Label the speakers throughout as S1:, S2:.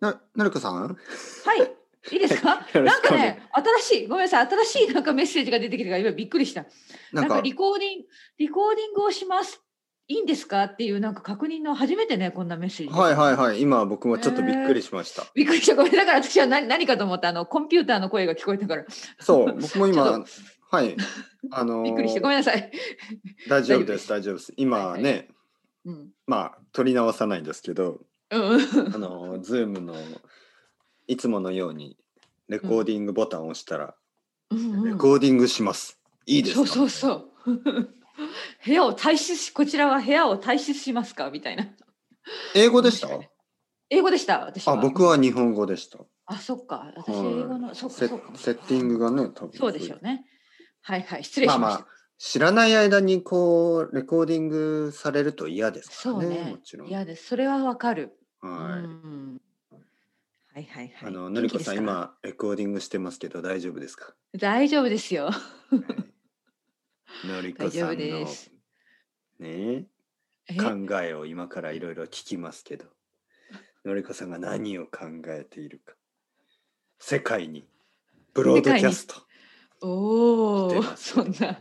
S1: な、なるかさん。
S2: はい。いいですか
S1: よろ
S2: な
S1: し
S2: ん
S1: くお
S2: か
S1: 願い
S2: ね、新しい、ごめんなさい、新しいなんかメッセージが出てきてから、今びっくりした。
S1: な
S2: なんん
S1: か
S2: か、リコーディング、リコーディングをします。いいんですかっていう、なんか確認の初めてね、こんなメッセージ。
S1: はいはいはい、今僕もちょっとびっくりしました。
S2: びっくりした。ごめんだから、私は何何かと思った、あの、コンピューターの声が聞こえたから、
S1: そう、僕も
S2: ちょ
S1: 今
S2: っ、
S1: はい、あのー
S2: びっくりして、ごめんなさい。
S1: 大丈夫です、大丈夫です。今ね、
S2: うん。
S1: まあ、取り直さないんですけど、
S2: うんうん。
S1: あのー、ズームのいつものように、レコーディングボタンを押したら、
S2: うんうん
S1: レコーディングします。いいですか
S2: そうそうそう。 部屋を退出し、こちらは部屋を退出しますかみたいな。
S1: 英語でした
S2: 英語でした、私は。
S1: あ、僕は日本語でした。
S2: あ、そっか。私、英
S1: はい
S2: 語の、そっか、
S1: セ
S2: そっか。
S1: セッティングがね、多分
S2: そうでしょうね。はいはい、失礼しました。
S1: まあまあ知らない間にこうレコーディングされると嫌ですか
S2: そ
S1: ら
S2: う
S1: ね
S2: ね。
S1: もちろん。
S2: いやです。それはわかる。
S1: はい。
S2: うんはいはいはい。
S1: あののりこさん
S2: 元気ですか。
S1: 今レコーディングしてますけど大丈夫ですか。
S2: 大丈夫ですよ。
S1: はいのりこさんの
S2: 大丈夫です
S1: ね
S2: え
S1: 考えを今からいろいろ聞きますけど、のりこさんが何を考えているか。世界にブロードキャスト
S2: お
S1: して
S2: お、
S1: ます
S2: そんな。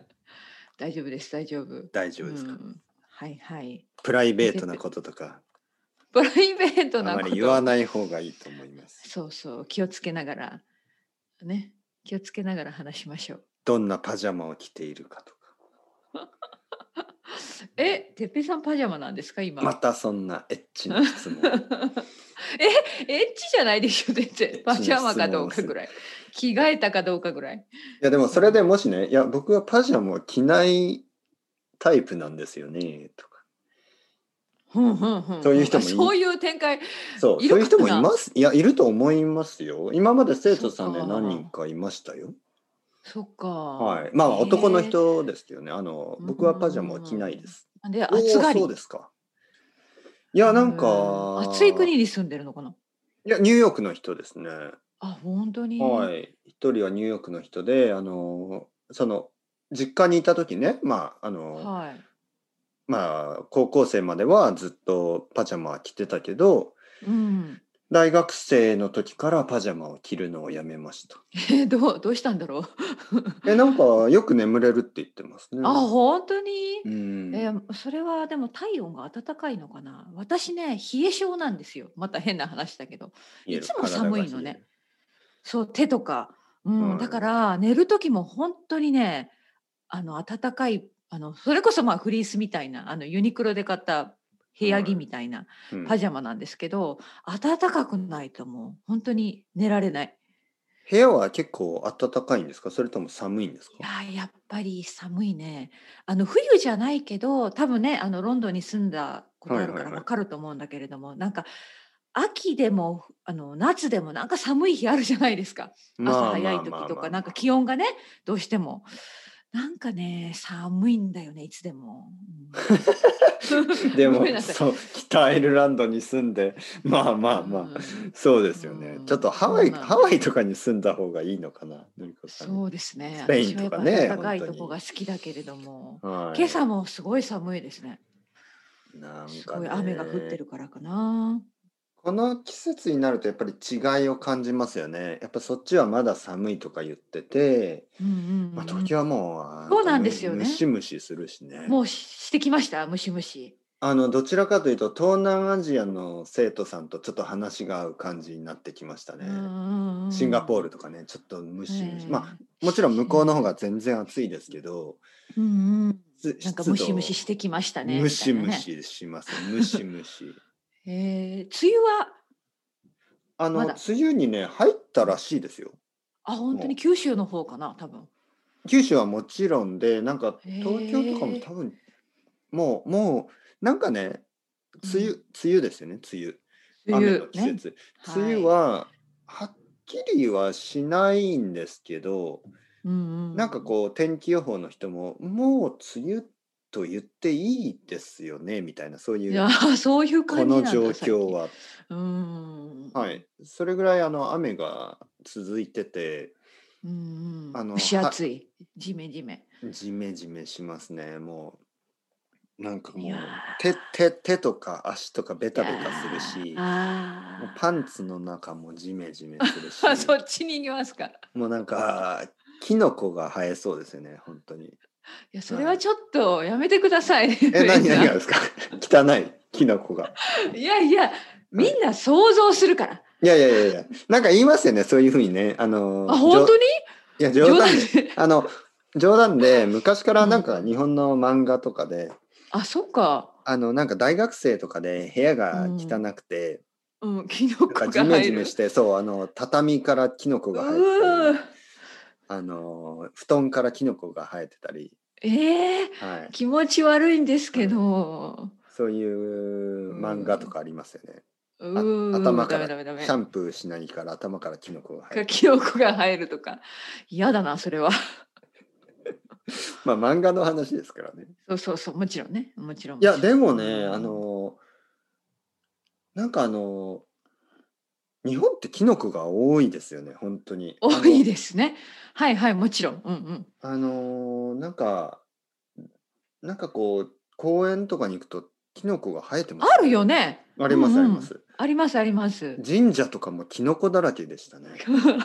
S2: 大丈夫です、大丈夫。
S1: 大丈夫ですか。
S2: うんはいはい。
S1: プライベートなこととか
S2: プライベート
S1: あ
S2: な
S1: ま
S2: こと
S1: り言わない方がいいと思います。
S2: そうそう、気をつけながら。ね。気をつけながら話しましょう。
S1: どんなパジャマを着ているかとか。
S2: え、てっぺいさんパジャマなんですか、今。
S1: またそんなエッチな質問。
S2: え、エッチじゃないでしょ、全
S1: エッチ
S2: 然。
S1: な
S2: パジャマかどうかぐらい。着替えたかどうかぐらい。
S1: いやでもそれでもしね、いや僕はパジャマを着ないタイプなんですよねとか。
S2: ふんふんふん
S1: そういう人もい
S2: あそういう展開。
S1: そう、
S2: い
S1: そう
S2: る
S1: いう
S2: か
S1: 人
S2: な
S1: もいます。いや、いると思いますよ。今まで生徒さんで
S2: そうか
S1: 何人かいましたよ。
S2: そっか。
S1: はい。ま
S2: へ
S1: あ
S2: え
S1: 男の。人ですけどね、あの、
S2: うん
S1: 僕はパジャマを着ないです。
S2: で、
S1: お
S2: 暑が
S1: ー
S2: り。
S1: そうですか。いや、なん
S2: うん
S1: か、
S2: 暑い国に住んでるのかな。
S1: いや、ニューヨークの人ですね。
S2: あ、本当に。
S1: はい、一人はニューヨークの人で、あのその実家にいた時ね、まああの
S2: はい。
S1: まあ、高校生まではずっとパジャマは着てたけど
S2: うん。
S1: 大学生の時からパジャマを着るのをやめました。
S2: え、どう、どうしたんだろう。
S1: えなんかよく眠れるって言ってますね。
S2: あ、本当に
S1: う。ん、
S2: えーそれはでも体温が暖かいのかな私ね冷え性なんですよまた変な話だけどいつも寒いのねそう手とか、うん
S1: はい
S2: だから寝る時も本当にねあの暖かいあのそれこそまあフリースみたいなあのユニクロで買った部屋着みたいな
S1: 体が冷える。
S2: パ
S1: うん
S2: ジャマなんですけど、暖かくないともう本当に寝られない
S1: 部屋は結構暖かいんですかそれとも寒いんです
S2: い
S1: か
S2: やーやっぱり寒いねあの冬じゃないけど多分ねあのロンドンに住んだことある
S1: はい
S2: か
S1: はい
S2: ら
S1: はい
S2: わかると思うんだけれども、なんか秋でもあの夏でもなんか寒い日あるじゃないですか朝早い時とかなんか気温がねどうしてもなんかね寒いんだよねいつでも。うん
S1: でも
S2: ごめんなさい
S1: そう北アイルランドに住んでまあまあまあ、
S2: うん
S1: そうですよね、
S2: うん
S1: ちょっとハワイ
S2: そうなんです
S1: ハワイとかに住んだ方がいいのかなのりこさん
S2: そうですね。
S1: スペインとかね
S2: 私はやっぱ暖かい
S1: 本当
S2: と
S1: に
S2: こが好きだけれども、
S1: はい、
S2: 今朝もすごい寒いですね。
S1: なんか、ね、
S2: すごい雨が降ってるからかな。
S1: この季節になるとやっぱり違いを感じますよねやっぱそっちはまだ寒いとか言ってて、
S2: うんうんうん
S1: まあ、時はもう
S2: そうなんですよ
S1: ム
S2: ね
S1: シムシするしね
S2: もうししてきました、ムシムシ。
S1: あのどちらかというと東南アジアの生徒さんとちょっと話が合う感じになってきましたね、シンガポールとかねちょっとムシムシ、まあもちろん向こうの方
S2: が、
S1: が全然暑いですけど
S2: うんうん、
S1: 湿
S2: なんか
S1: 湿度
S2: ムシムシしてきましたね。
S1: ムシム
S2: み
S1: シします。ムシムシ。
S2: たいなね。えー、梅雨は、
S1: あの、
S2: まだ
S1: 梅雨にね、入ったらしいですよ。
S2: あ、本当に九州の方かな、多分。
S1: 九州はもちろんで、なんか
S2: へー
S1: 東京とかも多分。もう、もう、なんかね、梅雨、
S2: う
S1: 梅雨ですよね、梅雨。雨の季
S2: ね、
S1: 節。梅雨は、はっきりはしないんですけど、
S2: い、うんう
S1: なんかこう天気予報の人も、もう梅雨と言っていいですよねみたいな、そうい。
S2: いうや ー、そういう感
S1: こ
S2: じな
S1: の
S2: んだ
S1: 状況。は
S2: 最近うん、
S1: はい、それぐらいあの雨が続いてて、
S2: うんうん、
S1: あの
S2: 蒸し暑い、じめじめ。
S1: ジメジメしますね。もなんか
S2: い
S1: もう
S2: やー
S1: 手手手とか足とかベタベタするしもう
S2: あ
S1: パンツの中もジメジメする
S2: あ。
S1: し
S2: そっちに行きますか。
S1: もうなんかキノコが生えそうですよね本当 に。
S2: いや、それはちょっとやめてください。
S1: え何何がですか 汚いキノコが。
S2: いやいや、みんな想像するから。
S1: いやいやいやいやなんか言いますよねそういうふうにねあの
S2: あ、本当
S1: に
S2: に
S1: いや冗談で
S2: で。
S1: あの冗談で昔からなんか日本の漫画とかで、
S2: あ、そっか。
S1: あのなんか大学生とかで部屋が汚くて、
S2: うん、キノコ
S1: なん
S2: が
S1: かジメ
S2: 入
S1: ジ
S2: る
S1: メ。してそうあの畳からキノコが生え
S2: う
S1: てたり
S2: ー
S1: あの布団からキノコが生えてたり、
S2: ええ
S1: はい、
S2: 気持ち悪いんですけど。
S1: そういう漫画とかありますよね。
S2: う
S1: あ
S2: ー
S1: 頭か
S2: ダメダ
S1: ら
S2: メ
S1: シャ
S2: ダメ
S1: ンプーしないから頭からキノコが生え
S2: か
S1: て
S2: キノコが入るとか。嫌だな、それは。
S1: まあ漫画の話ですからね。
S2: そうそうそう、もちろんね。もちろん。
S1: いや
S2: もちろん
S1: でもねあ、のなんかあの日本ってキノコが多いですよね本当に。
S2: 多いですね。はいはい、もちろん。うんうん。
S1: あのーなんかなんかこう公園とかに行くとキノコが生えてます、
S2: あるよね。
S1: あります
S2: う
S1: あ
S2: んう
S1: り
S2: ん
S1: ます、
S2: ありますあります。
S1: 神社とかもキノコだらけでしたね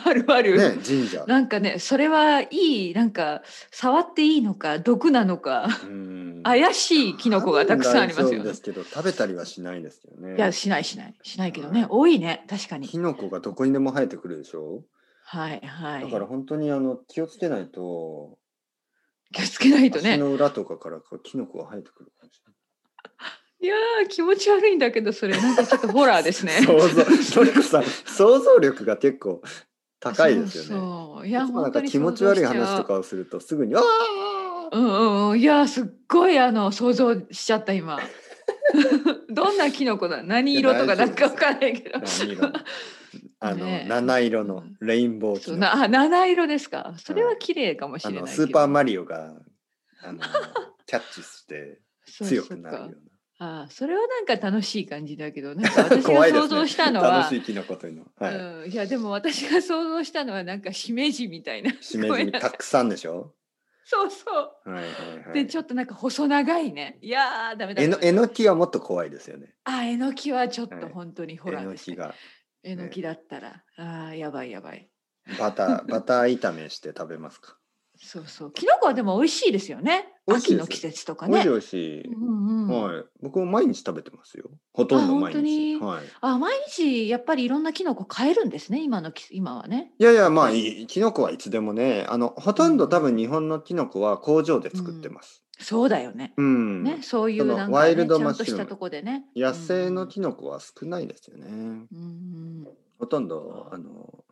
S2: あるある。
S1: ね神社
S2: なんかね、それはいい、なんか触っていいのか、毒なのか、
S1: うん
S2: 怪しいキノコがたくさんあります
S1: 多分大丈
S2: よ
S1: 夫で
S2: ね。
S1: すけど食べたりはしないですよね
S2: いや、しないしない、しないけど
S1: は
S2: ね
S1: い、
S2: 多いね、確かに。
S1: キノコがどこにでも生えてくるでしょ、
S2: はいはい。
S1: だから本当にあの気をつけないと
S2: 気をつけないと
S1: 足
S2: ね。
S1: の裏とかからこうキノコが生えてくるかもし
S2: いやー、気持ち悪いんだけど、それ、なんかちょっとホラーですね
S1: れ。ない想像のりこさん想像力が結構高いですよね
S2: そうそうい
S1: い
S2: や、
S1: つもなん
S2: 本当
S1: か
S2: に
S1: 気持ち悪い
S2: 想像し
S1: 話
S2: ゃう
S1: と。かをするとすぐに「ああ
S2: うんうんうん、いやー、すっごい、あの、想像しちゃった、今。 どんなキノコだ、何色とか、なんかわかんないけど。
S1: 何色のあの、
S2: ねえ
S1: 七色のレインボーキ
S2: そう
S1: ノ
S2: なあ七色ですか。それ
S1: は
S2: はい綺麗かもし
S1: あ
S2: れない
S1: の
S2: けど。
S1: スーパーマリオが あのキャッチして
S2: そう
S1: 強くなる
S2: そ
S1: よ
S2: うか
S1: う
S2: あそれはなんか楽しい感じだけど、なんか私
S1: 怖
S2: が
S1: いですね
S2: 想像したの
S1: な
S2: は、
S1: 楽しいキノコというのは、はい
S2: うん、いやでも私が想像したのはなんかしめじみたいな。
S1: しめじみ
S2: ごめんな
S1: た
S2: さい
S1: くさんでしょ、
S2: そうそ
S1: はいはいは
S2: う。
S1: い、
S2: でちょっとなんか細長いね。いやーダメだ。
S1: えのえのきはもっと怖いですよね
S2: あえのきはちょっ
S1: は
S2: と
S1: い
S2: 本当に
S1: え
S2: ホラー
S1: の
S2: です、
S1: き
S2: ね
S1: が
S2: えのきだったら、あーやばいやばい。
S1: バタ ーバター炒めして食べますか
S2: そうそう。キノコはでも美味しいですよね。
S1: 美味しいで
S2: 秋
S1: す
S2: の季節とか
S1: おい
S2: ね
S1: しい。おいしい、
S2: うんうん。
S1: はい僕も毎日食べてますよほとんど毎日
S2: あ本当に
S1: はい
S2: あ毎日やっぱりいろんなキノコ買えるんですね今のき今はね。
S1: いやいやまあいいキノコはいつでもねあのほとんど多分日本のキノコは工場で作ってます。
S2: そうだよね。
S1: うん、
S2: ね、そういう
S1: その
S2: なんか、ね、
S1: ワイルド
S2: ちゃ
S1: マッ
S2: ん
S1: シュ
S2: と
S1: ルーム
S2: したとこでね。
S1: 野生のキノコは少ないですよね。
S2: うん
S1: ほとんどあの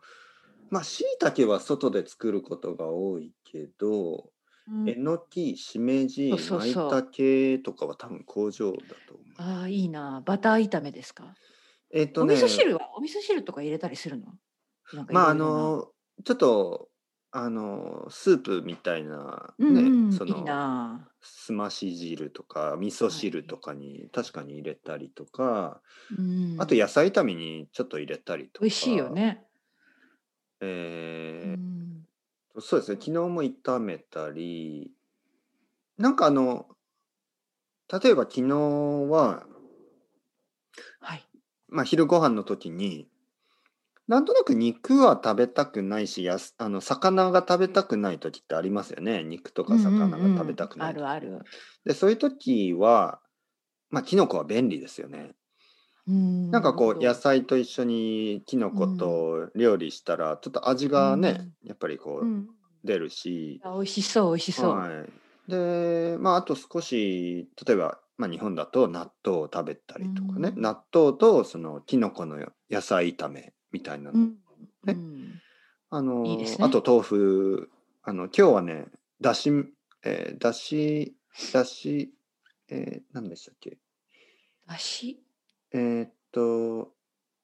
S1: まあしいたけは外で作ることが多いけど、
S2: うんうん
S1: えのきしめじ
S2: そうそう
S1: まい
S2: そう
S1: たけとかは多分工場だと思う。
S2: ああいいなバター炒めですか。
S1: えっ
S2: お
S1: とね
S2: 味噌汁はお味噌汁とか入れたりするの。なんかいろいろな
S1: まああのちょっとあのスープみたいな、
S2: うんうん、
S1: その
S2: いいな。
S1: すまし汁とか味噌汁とかに確かに入れたりとか、
S2: うん、
S1: あと野菜炒めにちょっと入れたりとか
S2: 美味しいよ、ね。
S1: え
S2: うん
S1: ーそうですね昨日も炒めたりなんかあの例えば昨日は、
S2: はい。
S1: まあ、昼ご飯の時になんとなく肉は食べたくないしやすあの魚が食べたくない時ってありますよね肉とか魚が食べたくない時、
S2: うんうんうんあるある。
S1: でそういう時はまあキノコは便利ですよね。
S2: うん
S1: なんかこう野
S2: 安
S1: 菜と一緒にきのこと料理したらちょっと味がね、やっぱりこ
S2: う、
S1: うん出るし、
S2: あ美味しそう美味しそう。
S1: はい、でまああと少し例えば、まあ、日本だと納豆を食べたりとかね、
S2: うん
S1: 納豆とそのきのこの野菜炒めみたいなの、
S2: うん
S1: ね
S2: うん
S1: あの
S2: いいですね
S1: あと豆腐あの今日はねだし、えー、だしだし、えー、何でしたっけ
S2: だし。
S1: えーっと、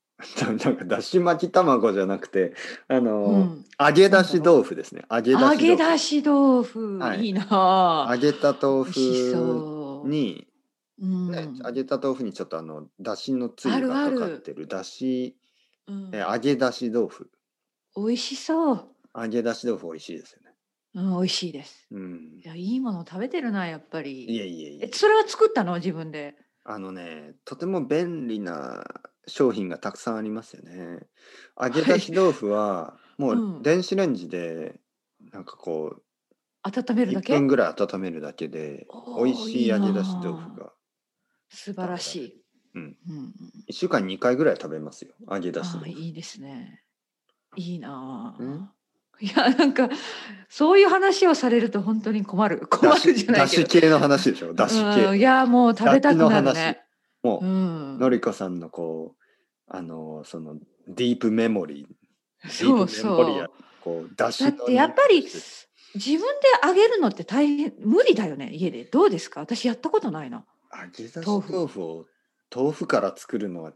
S1: なんかだし巻き卵じゃなくて、あの、
S2: うん
S1: 揚げだし豆腐ですね。揚げだし
S2: 揚
S1: 豆腐。
S2: げ出し豆腐、
S1: はい
S2: い、いなあ。
S1: 揚げた豆
S2: 美味し
S1: 腐
S2: そう。
S1: に、
S2: うん
S1: ね揚げた豆腐にちょっとあの、だしのつゆが
S2: あるあ
S1: か
S2: る
S1: かってる、だし、
S2: うん
S1: えー揚げだし豆腐。
S2: 美味しそう。
S1: 揚げだし豆腐美味しいですよね。
S2: うん、美味しいです。
S1: うん
S2: い。ややいいものを食べてるなやっぱ
S1: い
S2: り
S1: えいえい
S2: え
S1: え
S2: それは作ったの自分で
S1: あのねとても便利な商品がたくさんありますよね揚げ出し豆腐はも
S2: うん
S1: う電子レンジでなんかこ
S2: 温
S1: う
S2: めるだ
S1: 1
S2: け
S1: 分ぐらい温めるだけで
S2: おー
S1: 美味しい揚げ出し豆
S2: いい
S1: 腐
S2: な
S1: が
S2: 素晴らしい、
S1: うん
S2: うんうん、
S1: 1週間に2回ぐらい食べますよ揚げ出し
S2: ああ
S1: 豆腐
S2: いいですねいいなあ
S1: うん
S2: いやなんかそういう話をされると本当に困る困
S1: だ
S2: る
S1: し
S2: じゃな
S1: だ
S2: いけ
S1: し
S2: ど
S1: 系の話でしょだし
S2: うん
S1: 系
S2: いやもう食べたくなる
S1: だしの話
S2: ね
S1: も
S2: う
S1: う、
S2: ん
S1: のりこさんのこうあのそのディープメモリー
S2: そう
S1: ディープメモリ
S2: そ
S1: ーや
S2: う
S1: こうだし
S2: だ
S1: の
S2: ってやっぱ
S1: 匂
S2: り
S1: いがして
S2: 自分で揚げるのって大変無理だよね家でどうですか私やったことないな
S1: 揚げ出し
S2: 豆腐
S1: 豆腐を豆腐から作るのは、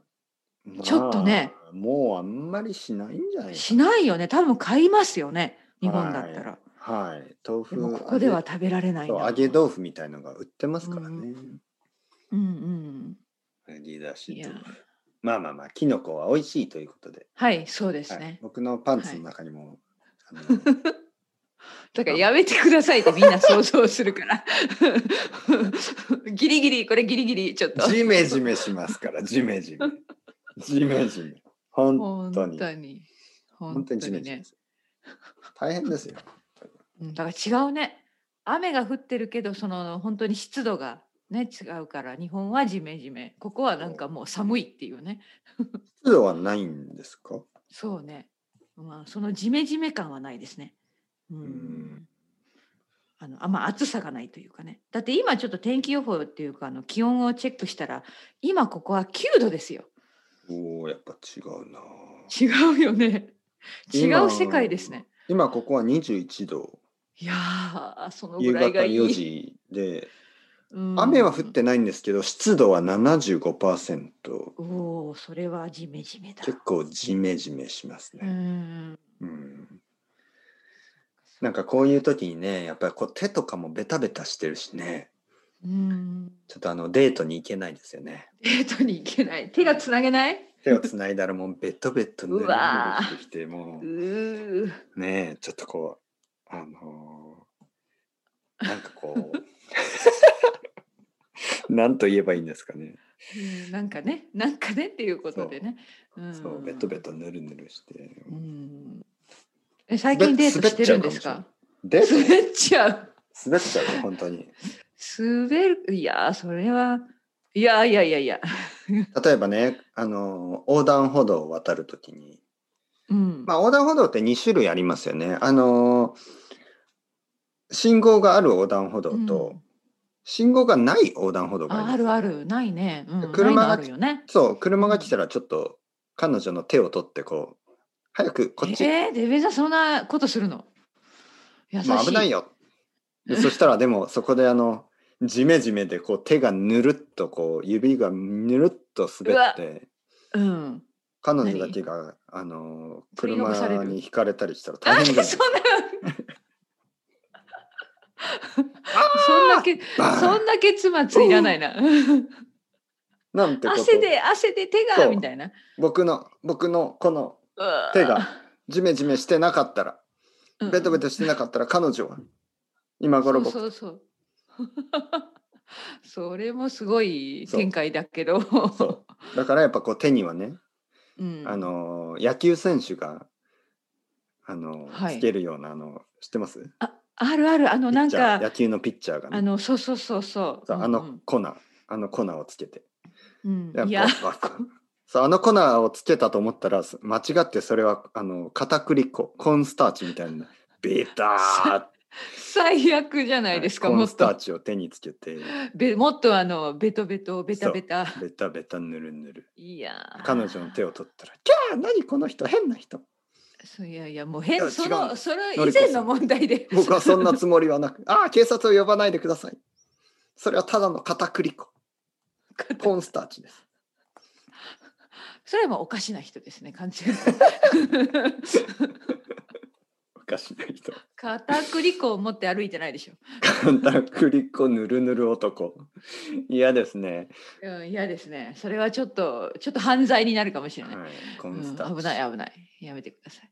S1: まあ
S2: ちょっとね
S1: もうあんまりしないんじゃないか
S2: しないよね多分買いますよね日本だったら、
S1: はい豆腐
S2: でもここでは食べられ
S1: 揚
S2: な
S1: げ
S2: いな
S1: そう揚げ豆腐みたいのが売ってますからね、
S2: うんうん
S1: 揚げ出し
S2: いや
S1: 豆腐まあまあまあきのこは美味しいということで、
S2: はいそうです
S1: はい
S2: ね、
S1: 僕のパンツの中にも、
S2: だからやめてくださいってみんな想像するからギリギリこれギリギリちょっ
S1: あ
S2: と
S1: のジメジメしますからジメジメジメジメ本
S2: 本
S1: 当
S2: 当
S1: に
S2: に
S1: 本
S2: 本
S1: 当
S2: 当
S1: にジメ
S2: に
S1: ジメ
S2: ね
S1: です大変ですよ
S2: うんだから違うね雨が降ってるけどその本当に湿度がね違うから日本はジメジメここはなんかもう寒いっていうね
S1: 湿度はないんですか
S2: そうね。まあ、そのジメジメ感はないですね。うん。
S1: ん
S2: あの、あんま暑さがないというかね。だって今ちょっと天気予報っていうか、あの気温をチェックしたら、今ここは9度ですよ。
S1: おおやっぱ違うな
S2: 違うよね。違
S1: 今
S2: う世界ですね。
S1: 今ここは21度
S2: いやー、そのぐ
S1: 夕
S2: ら
S1: 方
S2: いがいい。
S1: 4時で
S2: うん
S1: 雨は降っ。てないんですけど湿度は75%
S2: おお、それはジメジメだ。
S1: 結構ジメジメします
S2: う
S1: ね、
S2: ん。
S1: うんなんかこういう時にねやっぱりこう手とかもベタベタしてるしね
S2: うん。
S1: ちょっとあのデートに行けないですよね
S2: デートに行けない。手がつなげない。
S1: 手をつないだらもうベトベト濡れ
S2: うわ
S1: が
S2: ー
S1: 出てきても
S2: うー。
S1: うねえちょっとこうあのーなんかこう なんと言えばいいんですかね
S2: うんなんかね、なんかねっていうことでね。ん
S1: そうベトベ。トぬるぬるして
S2: うん。え、最近デートしてるんですか。
S1: デート
S2: 滑っちゃう。
S1: 滑っちゃうね本当に
S2: 滑る、いやー、それは。いやいやいやいや。
S1: 例えばねあのー横断歩道を渡るときに
S2: うん。
S1: まあ横断歩道って2種類ありますよねあのー信号がある横断歩道と、
S2: うん
S1: 信号がない横断歩道があり
S2: あ
S1: ます
S2: あるある、ないね。うん、
S1: 車が
S2: ないのあるよね。
S1: そう、車が来たらちょっと彼女の手を取ってこう、早くこっち、
S2: えー、デビザそんなことするの。優しい。
S1: もう危ない
S2: よ。
S1: よ。でそしたらで もそこであの、ジメジメでこう手がぬるっとこう、指がぬるっと滑って、
S2: うん。
S1: 彼女だけがあの、
S2: 取り残され
S1: 車
S2: る
S1: にひかれたりしたら
S2: あ
S1: 大変じゃない
S2: そんな。そんなけ、
S1: バーン
S2: そんな結末いらないな。
S1: なんてこと
S2: 汗で汗で手
S1: そ
S2: が
S1: う
S2: みたいな。
S1: 僕の、僕のこの
S2: うわ
S1: 手がジメジメしてなかったら、
S2: うん
S1: ベトベトしてなかったら彼女は、今
S2: そ
S1: 頃
S2: う
S1: 僕
S2: そうそう。 それもすごい
S1: そう
S2: 展開だけど。
S1: そだからやっぱこう手にはね、
S2: うん
S1: あの野球選手があの、
S2: はい
S1: つけるようなあの知ってます
S2: ああるあるあのなん
S1: ピッチャー
S2: か
S1: 野球のピッチャーが、ね、
S2: あのそうそうそうそう。
S1: そうあ
S2: う
S1: の
S2: ん
S1: 粉、あの粉をつけて
S2: うん
S1: やっぱ
S2: いや
S1: わか そうあの粉をつけたと思ったら間違ってそれはあの片栗粉コーンスターチみたいなベターっ
S2: 最悪じゃないです
S1: て
S2: か。
S1: コー
S2: も
S1: ン
S2: っ
S1: スター
S2: と
S1: チを手につけて
S2: べもっとあのベトベトベタベタ。
S1: ベタベタぬるぬる
S2: いやー。
S1: 彼女の手を取ったら「キャー何この人変な人
S2: そういやいやもう
S1: いや違
S2: 変
S1: う
S2: そ
S1: の
S2: のそれ
S1: のり
S2: 以
S1: こさん
S2: 前の問題で。
S1: 僕はそんなつもりはなくああ警察を呼ばないでくださいそれはただの片栗粉コーンスターチです」
S2: それはもうおかしな人ですね完 全に。
S1: おかしな人。
S2: 片栗粉を持って歩いてないでしょ。
S1: 片栗粉ぬるぬる男。嫌ですね。
S2: うん、嫌ですね。それはちょっと、ちょっと犯罪になるかもしれない。
S1: はい、コ
S2: う
S1: ンス
S2: ん、
S1: ターチ。
S2: 危ない、危ない。やめてください。